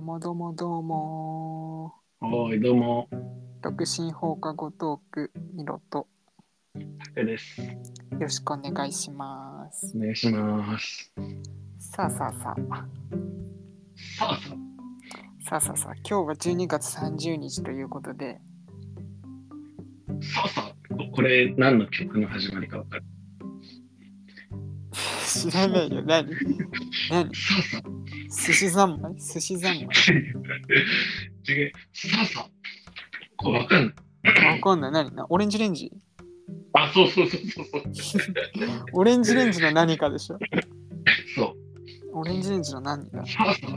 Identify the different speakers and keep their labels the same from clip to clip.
Speaker 1: もどうもどうも
Speaker 2: はい、どうも、
Speaker 1: 独身放課後トークみろと
Speaker 2: 竹です。
Speaker 1: よろしくお願いします
Speaker 2: お願いします。
Speaker 1: さあさあさあ
Speaker 2: さあさ
Speaker 1: さあさあさあ今日は12月30日ということで
Speaker 2: あ、さあさあ、ここれ何の曲の始まりかわかる。
Speaker 1: 知らないよ何何
Speaker 2: さあさあ、
Speaker 1: 寿司三昧寿司三
Speaker 2: 違う、さあさあ、これわかんない。
Speaker 1: 昧わかんない何なオレンジレンジ
Speaker 2: あ、そうそうそうそうそう。
Speaker 1: オレンジレンジの何かでしょ
Speaker 2: そ
Speaker 1: オレンジレンジの何だ
Speaker 2: う、さあさあ。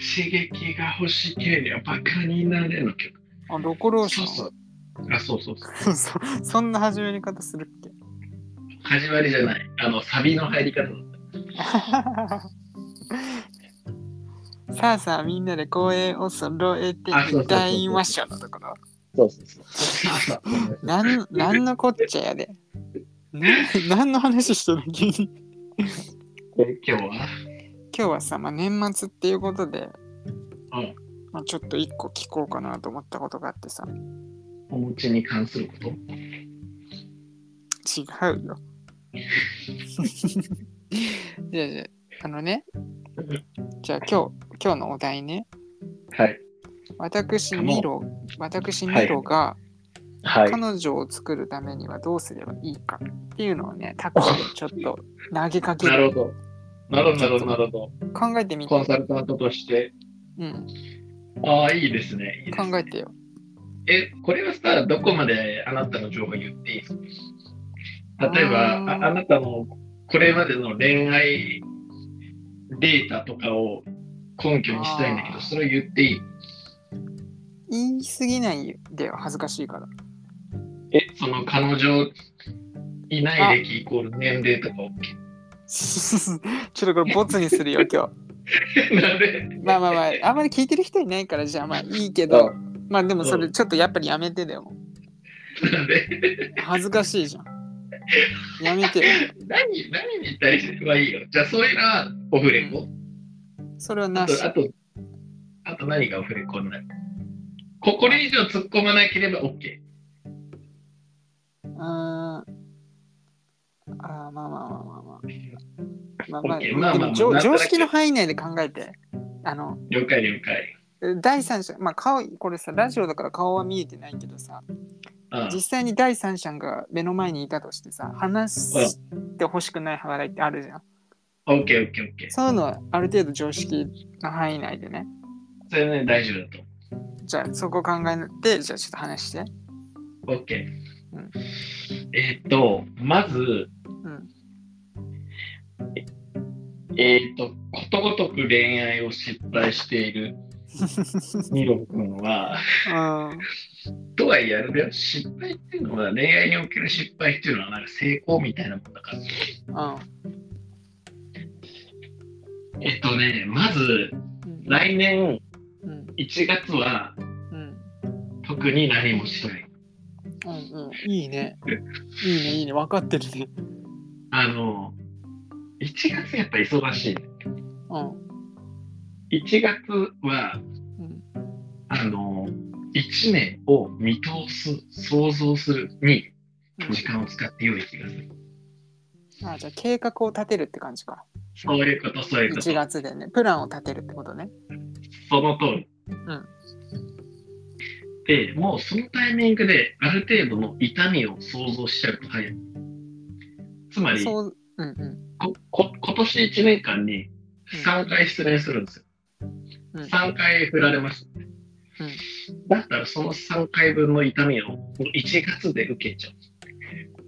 Speaker 2: 刺激が欲しけりゃバカになれの曲。
Speaker 1: あロコローション
Speaker 2: そうそう。あ、そうそうそう。
Speaker 1: そそんな始め方するっけ
Speaker 2: 始まりじゃない。あの、サビの入り方だっ
Speaker 1: さあさあみんなで声を揃えて
Speaker 2: あそうそうそうそう
Speaker 1: 歌いましょうのところ
Speaker 2: た。そうそうそう。さあ さあ。
Speaker 1: なん、なんのこっちゃや で。なんなんの話してる急に。
Speaker 2: え今日は
Speaker 1: 今日はさ、まあ、年末っていうことで、
Speaker 2: うん
Speaker 1: まあ、ちょっと一個聞こうかなと思ったことがあってさ、
Speaker 2: お餅に関すること
Speaker 1: 違うよ。 じゃあじゃあ、あのね、じゃあ今日、今日のお題ね、
Speaker 2: はい。
Speaker 1: 私
Speaker 2: カモン
Speaker 1: ミロ、私
Speaker 2: はい
Speaker 1: ミロが
Speaker 2: は
Speaker 1: 彼女を作るためにはどうすればいいかっていうのをね、タコでちょっと投げかけ
Speaker 2: な
Speaker 1: る。
Speaker 2: るほど。なるほど、なるほど、なるほど。
Speaker 1: 考えてみて
Speaker 2: コ。ンサルタントとして。
Speaker 1: うん、
Speaker 2: ああ、いいですね。いいですね
Speaker 1: 考えてよ。
Speaker 2: え、これはさ、どこまであなたの情報言っていいですか例えば
Speaker 1: あ
Speaker 2: あ
Speaker 1: ー
Speaker 2: あなたのこれまでの恋愛データとかを根拠にしたいんだけ
Speaker 1: あー
Speaker 2: ど、それを言っていい
Speaker 1: 言い過ぎないでよ恥ずかしいから
Speaker 2: え、その彼女いない歴イコール年齢とか
Speaker 1: ちょっとこれボツにするよ 今
Speaker 2: OK。なんで
Speaker 1: 日まあまあまああんまり聞いてる人いないからじゃあまあいいけど
Speaker 2: う
Speaker 1: まあでもそうれちょっとやっぱりやめてだよ
Speaker 2: なんで
Speaker 1: 恥ずかしいじゃんやめてよ
Speaker 2: 何何に対してはいいよ。じゃあ、そういうのはオフレコ、
Speaker 1: それは
Speaker 2: あ
Speaker 1: なし
Speaker 2: と、あと、あと何がオフレコになるここれ以上突っ込まなければ OK。
Speaker 1: うーんあーまあまあまあまあまあまあまあ
Speaker 2: OK まあまあまあ
Speaker 1: でも常
Speaker 2: なんとな
Speaker 1: 常
Speaker 2: く
Speaker 1: 識の範囲内で考えてあの
Speaker 2: 了解了解。
Speaker 1: 第三者まあ顔これさラジオだから顔は見えてないけどさ
Speaker 2: うん
Speaker 1: 実際に第三者が目の前にいたとしてさ話してほしくない話題ってあるじゃん、
Speaker 2: OK、OK、OK。
Speaker 1: そういうのはある程度常識の範囲内でね
Speaker 2: それね、大丈夫だ
Speaker 1: じゃあそこ考えてじゃあちょっと話して
Speaker 2: と。OK
Speaker 1: うん。
Speaker 2: えーっと、まず、
Speaker 1: うん
Speaker 2: えーっと、ことごとく恋愛を失敗して いるミロ君は、
Speaker 1: うん
Speaker 2: とはいえあれだよ、失敗っていうのは、恋愛における失敗っていうのは、なんか成功みたいなもんだから。えーっとね、まず、
Speaker 1: うん
Speaker 2: 来年
Speaker 1: うん
Speaker 2: 1月は
Speaker 1: うん
Speaker 2: 特に何もしない。
Speaker 1: うんうんいいねいいねいいね分かってるね
Speaker 2: あの、1月やっぱ忙しい。
Speaker 1: うん
Speaker 2: 1月は、
Speaker 1: うん
Speaker 2: あの、1年を見通す、想像するに
Speaker 1: うん
Speaker 2: 時間を使って良い気がする。
Speaker 1: あじゃあ計画を立てるって感じか
Speaker 2: そういうこと、そういうこと。
Speaker 1: 1月でねプランを立てるってことね
Speaker 2: その通り。
Speaker 1: ん
Speaker 2: で、もうそのタイミングである程度の痛みを想像しちゃうと早い。つまり、
Speaker 1: そううんうん
Speaker 2: ここ今年1年間に3回失恋するんですよ。
Speaker 1: うん
Speaker 2: 3回振られます、だったらその3回分の痛みを1月で受けち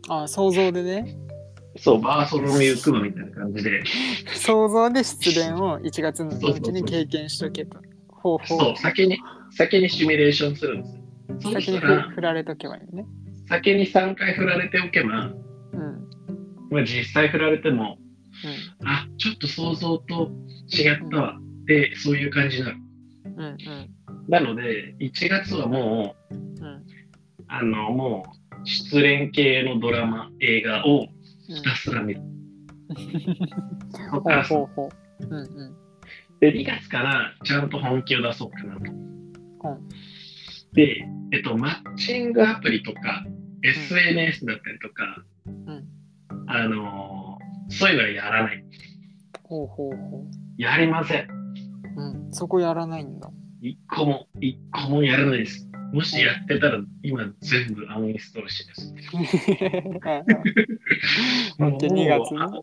Speaker 2: ゃ
Speaker 1: あ想像でね
Speaker 2: う。そう、バーソロミュークマみたいな感じで、
Speaker 1: 想像で失恋を1月のうちに経験しとけと方法
Speaker 2: そう、先に、先にシミュレーションするんですよ。そう
Speaker 1: 先
Speaker 2: し
Speaker 1: に
Speaker 2: た
Speaker 1: ふ
Speaker 2: ら、
Speaker 1: 振られとけばいいね。
Speaker 2: 先に3回振られておけば、
Speaker 1: うん。
Speaker 2: まあ、実際振られても、あ、ちょっと想像と違ったわ。で、そういう感じになる。
Speaker 1: うん。うん。うん
Speaker 2: なので、1月はもう、。
Speaker 1: うん
Speaker 2: あの、もう、失恋系のドラマ、映画を ひたすら見る。
Speaker 1: ほうほうほう。うんうん。
Speaker 2: で、2月からちゃんと本気を出そうかなと。
Speaker 1: うん
Speaker 2: で、えっと、マッチングアプリとか、SNS だったりとか、
Speaker 1: ん
Speaker 2: あのーそういうのはやらない。
Speaker 1: ほうほうほ
Speaker 2: やりません。
Speaker 1: う。うん。そこやらない んだ。
Speaker 2: 一個も、一個もやらないです。もしやってたら、今全部アンインストールしてです。
Speaker 1: マッチ2月
Speaker 2: もう
Speaker 1: ね。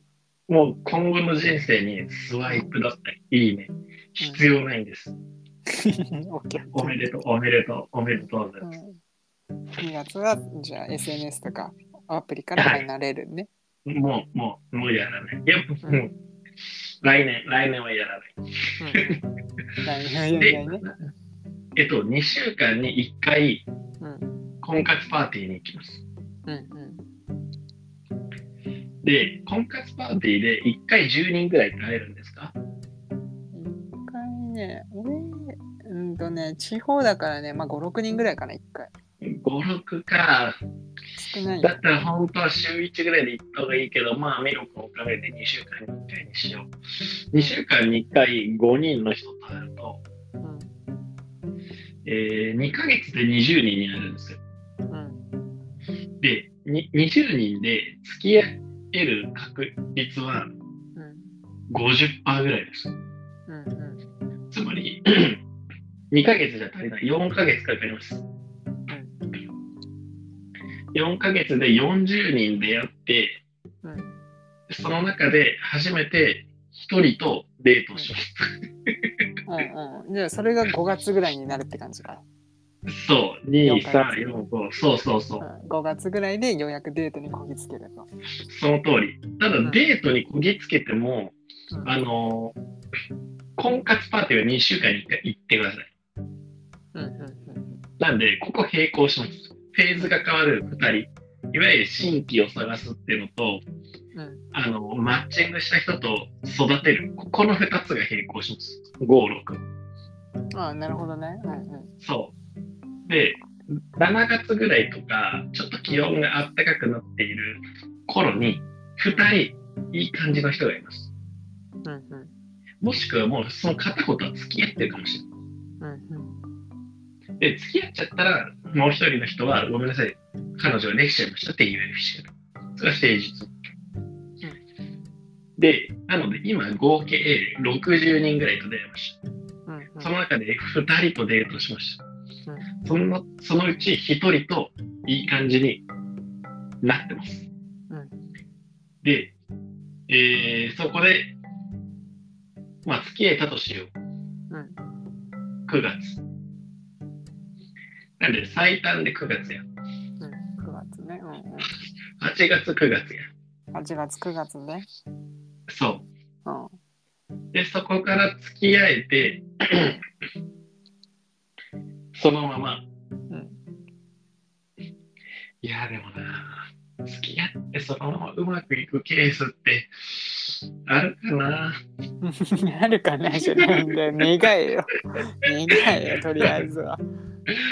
Speaker 2: あもう今後の人生にスワイプだったり、いいね。必要ないんです。
Speaker 1: オッケー。
Speaker 2: おめでとう、おめでとう、おめでとうございます。
Speaker 1: うん2月はじゃあ SNS とかアプリから離れるね。
Speaker 2: もう、もう、もうやらない。いや、
Speaker 1: うん
Speaker 2: もう、来年、来年はやらない。
Speaker 1: うん来年はやらないね。
Speaker 2: えっと、2週間に1回、
Speaker 1: うん
Speaker 2: 婚活パーティーに行きます。
Speaker 1: うん
Speaker 2: で、婚活パーティーで1回10人ぐらいって会えるんですか
Speaker 1: うん。一回ね、俺、うんとね、地方だからね、まあ5、6人ぐらいかな、一回。
Speaker 2: ?5、6か。
Speaker 1: 少ないよ
Speaker 2: だ。ったら本当は週1ぐらいで行った方がいいけど、まあ、ミルクをかけて2週間に1回にしよう。2週間に1回5人の人と会うと、
Speaker 1: うん
Speaker 2: え2ヶ月で20人になるんですよ。
Speaker 1: うん
Speaker 2: で、に20人で付き合える確率は
Speaker 1: うん
Speaker 2: 50%ぐらいです。
Speaker 1: うんうん
Speaker 2: つまり、2ヶ月じゃ足りない。4ヶ月かかります。4ヶ月で40人でやって、
Speaker 1: うん
Speaker 2: その中で初めて1人とデートをします。
Speaker 1: うんうん。じゃあそれが5月ぐらいになるって感じか。
Speaker 2: そう、2、
Speaker 1: 4ヶ
Speaker 2: 3、
Speaker 1: 月
Speaker 2: 4、5、そうそうそう
Speaker 1: う。ん、5月ぐらいでようやくデートにこぎつけると。
Speaker 2: その通り。ただ、
Speaker 1: ん
Speaker 2: デートにこぎつけても、
Speaker 1: うん
Speaker 2: あのー婚活パーティーは2週間に1回行ってください。
Speaker 1: うんうん
Speaker 2: なんで、ここ並行します。フェーズが変わる2人、いわゆる新規を探すっていうのと、
Speaker 1: うんうん
Speaker 2: あの、マッチングした人と育てる、ここの2つが並行します。5、6。
Speaker 1: ああ、なるほどね。うんうん
Speaker 2: そう。で、7月ぐらいとか、ちょっと気温が暖かくなっている頃に、2人、いい感じの人がいます。
Speaker 1: うんうん
Speaker 2: もしくはもう、その片方とは付き合ってるかもしれな
Speaker 1: うんうん
Speaker 2: い。で、付き合っちゃったら、もう一人の人は、ごめんなさい、彼女ができちゃいましたって言えるし、それは誠実。で、なので今合計60人ぐらいと出会いました。
Speaker 1: うんうん
Speaker 2: その中で2人とデートしました。そのそのうち1人といい感じになってます。
Speaker 1: うん
Speaker 2: で、えーそこで、まあ、付き合えたとしよう。
Speaker 1: うん
Speaker 2: 9月。なんで最短で9月や。
Speaker 1: 9月ね。うんう
Speaker 2: 8月、9月や。
Speaker 1: ん、8月、9月ね。
Speaker 2: そ
Speaker 1: うんうん
Speaker 2: う。で、そこから付き合え て、そのまま。
Speaker 1: ん
Speaker 2: いや、でもな、付き合ってそのままうまくいくケースってあるかな。
Speaker 1: なるかなじゃないんだよ。願えよ。願えよ、とりあえずは。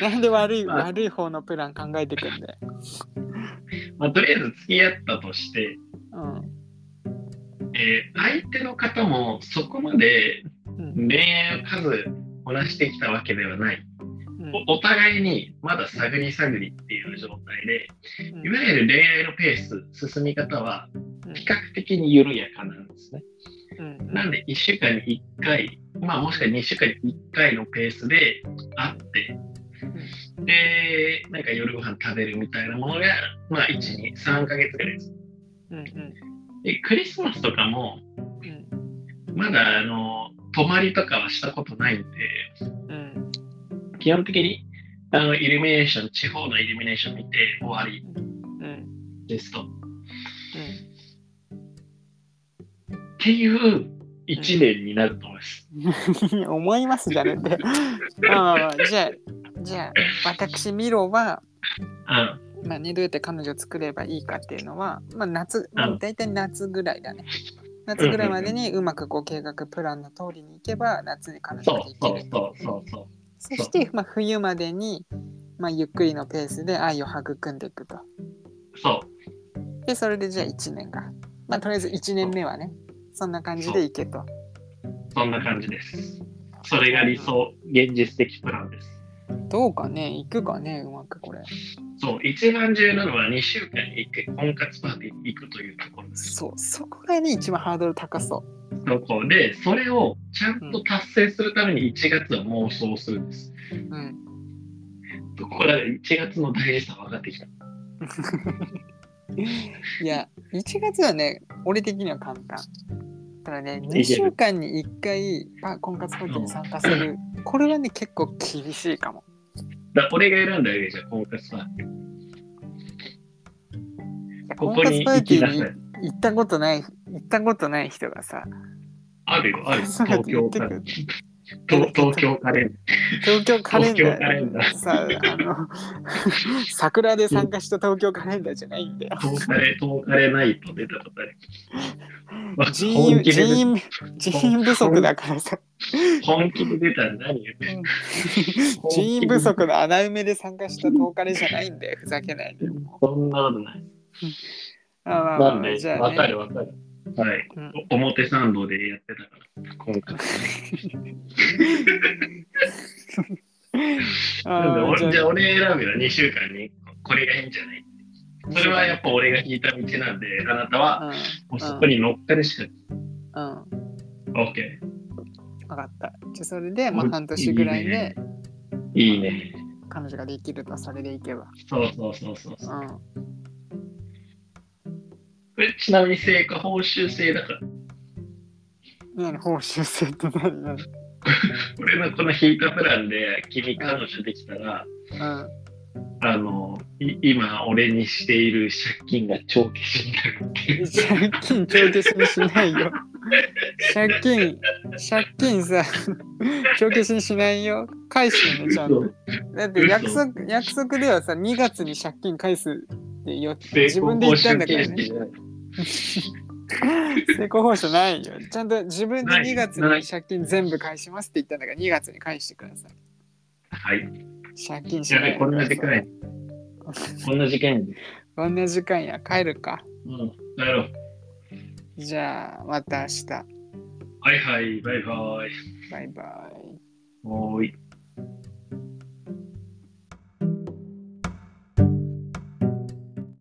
Speaker 1: なんで悪い、
Speaker 2: まあ
Speaker 1: 悪い方のプラン考えてくんだよ。
Speaker 2: まあ、とりあえず付き合ったとして、
Speaker 1: うん。
Speaker 2: えー相手の方もそこまで
Speaker 1: うん
Speaker 2: 恋愛を数こなしてきたわけではない。
Speaker 1: うん
Speaker 2: おお互いにまだ探り探りっていう状態で、
Speaker 1: うん
Speaker 2: いわゆる恋愛のペース、進み方は
Speaker 1: うん
Speaker 2: 比較的に緩やかなんですね。
Speaker 1: うん
Speaker 2: なんで1週間に1回、まあもしくは2週間に1回のペースで会って、で、なんか夜ご飯食べるみたいなものが、まあ1、2、3ヶ月ぐらいです。
Speaker 1: うんうん
Speaker 2: で、クリスマスとかも、
Speaker 1: うん
Speaker 2: まだあの、泊まりとかはしたことないんで、
Speaker 1: うん
Speaker 2: 基本的にあの、イルミネーション、地方のイルミネーション見て終わり
Speaker 1: うん
Speaker 2: ですと。っていう1年になると思います。
Speaker 1: うん思いますじゃねえんだよ。まあまあまあじゃあ、じゃあ、私、ミロは、
Speaker 2: あ
Speaker 1: まあね、どうやって彼女を作ればいいかっていうのは、まあ、夏、ま
Speaker 2: う
Speaker 1: あ、
Speaker 2: ん
Speaker 1: 大体夏ぐらいだね。夏ぐらいまでにうまくこう計画プランの通りにいけば夏に彼女
Speaker 2: そう
Speaker 1: ができ
Speaker 2: そう
Speaker 1: る。
Speaker 2: そうそうそう。
Speaker 1: そして、まあ、冬までに、まあ、ゆっくりのペースで愛を育んでいくと。
Speaker 2: そう
Speaker 1: でそれでじゃあ1年が。まあとりあえず1年目はねそんな感じでいけと。
Speaker 2: そんな感じです。それが理想、現実的プランです。
Speaker 1: どうかね、行くかね、うまくこれ。
Speaker 2: そう、一番重要なのは2週間に1回婚活パーティーに行くというところです。
Speaker 1: そう、そこがね、一番ハードル高そ
Speaker 2: そこで、それをちゃんと達成するために1月は妄想するんです。
Speaker 1: う。うん。
Speaker 2: ここだから1月の大事さが分かってきた。
Speaker 1: いや、1月はね、俺的には簡単。ただね、
Speaker 2: る
Speaker 1: 2週間に1回パ婚活パーティーに参加する。これはね、結構厳しいかも。
Speaker 2: だ俺が選んだよりじゃあ婚活パーティー。
Speaker 1: いや
Speaker 2: こ
Speaker 1: 婚
Speaker 2: こ
Speaker 1: 活
Speaker 2: に
Speaker 1: パ
Speaker 2: 行
Speaker 1: ーテ
Speaker 2: き
Speaker 1: ィー
Speaker 2: な
Speaker 1: に
Speaker 2: さい。
Speaker 1: 行ったことない、行ったことない人がさ、
Speaker 2: あるよ、あるよ。
Speaker 1: そうだ
Speaker 2: 東京
Speaker 1: 言
Speaker 2: カ
Speaker 1: って
Speaker 2: レ
Speaker 1: る
Speaker 2: ン東東京
Speaker 1: 東京カ
Speaker 2: カレン
Speaker 1: レン
Speaker 2: 東京カレン
Speaker 1: ダ
Speaker 2: ダ
Speaker 1: ー
Speaker 2: ー
Speaker 1: さ、あの、 桜で参加した東京カレンダーじゃないんだよ。
Speaker 2: 東カレ、東カレナイト出たことある。ま あ
Speaker 1: 人
Speaker 2: 本
Speaker 1: 員
Speaker 2: 気で
Speaker 1: 人員人員不足だからさ、
Speaker 2: 本気で出たら何言ってんの本気で
Speaker 1: 人員不足の穴埋めで参加した10日でじゃないんだよ、ふざけないでよ。
Speaker 2: そんなことない。
Speaker 1: あまあま
Speaker 2: な
Speaker 1: あ
Speaker 2: んで、
Speaker 1: じゃあ
Speaker 2: わか
Speaker 1: ね、
Speaker 2: るわかる。はい。
Speaker 1: うん
Speaker 2: お表参道でやってたから、今回。なんで
Speaker 1: あ
Speaker 2: 俺
Speaker 1: ー
Speaker 2: じ
Speaker 1: じ
Speaker 2: ゃ
Speaker 1: ゃ
Speaker 2: あ俺選ぶよ、2週間にこれがいいんじゃないそれはやっぱ俺が引いた道なんで、あなた
Speaker 1: あ、
Speaker 2: は
Speaker 1: うん、
Speaker 2: もうそこに乗っかるしか
Speaker 1: うん、
Speaker 2: ない。OK。
Speaker 1: 分かった。じゃあそれで、まあ、半年ぐらいで
Speaker 2: いいね。
Speaker 1: 彼女ができるとそれでいけば。
Speaker 2: そうそうそうそうそうう。
Speaker 1: ん、
Speaker 2: これちなみに成果報酬制だから、
Speaker 1: 何報酬制って何何
Speaker 2: 俺のこの引いたプランで君彼女できたら、
Speaker 1: うん、
Speaker 2: あの、い今俺にしている借金が帳消しになるっていう。
Speaker 1: 借金帳消しにしないよ。借金、借金さ、帳消しにしないよ。返すよね、ちゃんと。だって約束約束ではさ、2月に借金返すってよ自分で言ったんだからね。成功報酬ないよ。ちゃんと自分で2月
Speaker 2: な
Speaker 1: に
Speaker 2: い
Speaker 1: 借金全部返しますって言ったんだから、2月に返してください。
Speaker 2: はい。
Speaker 1: 借金し
Speaker 2: や
Speaker 1: な
Speaker 2: べ、
Speaker 1: い
Speaker 2: こんな時間や。こんな時間や。
Speaker 1: こんな時間や、帰るか。
Speaker 2: うん。だろう。
Speaker 1: じゃあ、また明日。
Speaker 2: はいはい、バイバイ。
Speaker 1: バイバイ。
Speaker 2: おーい。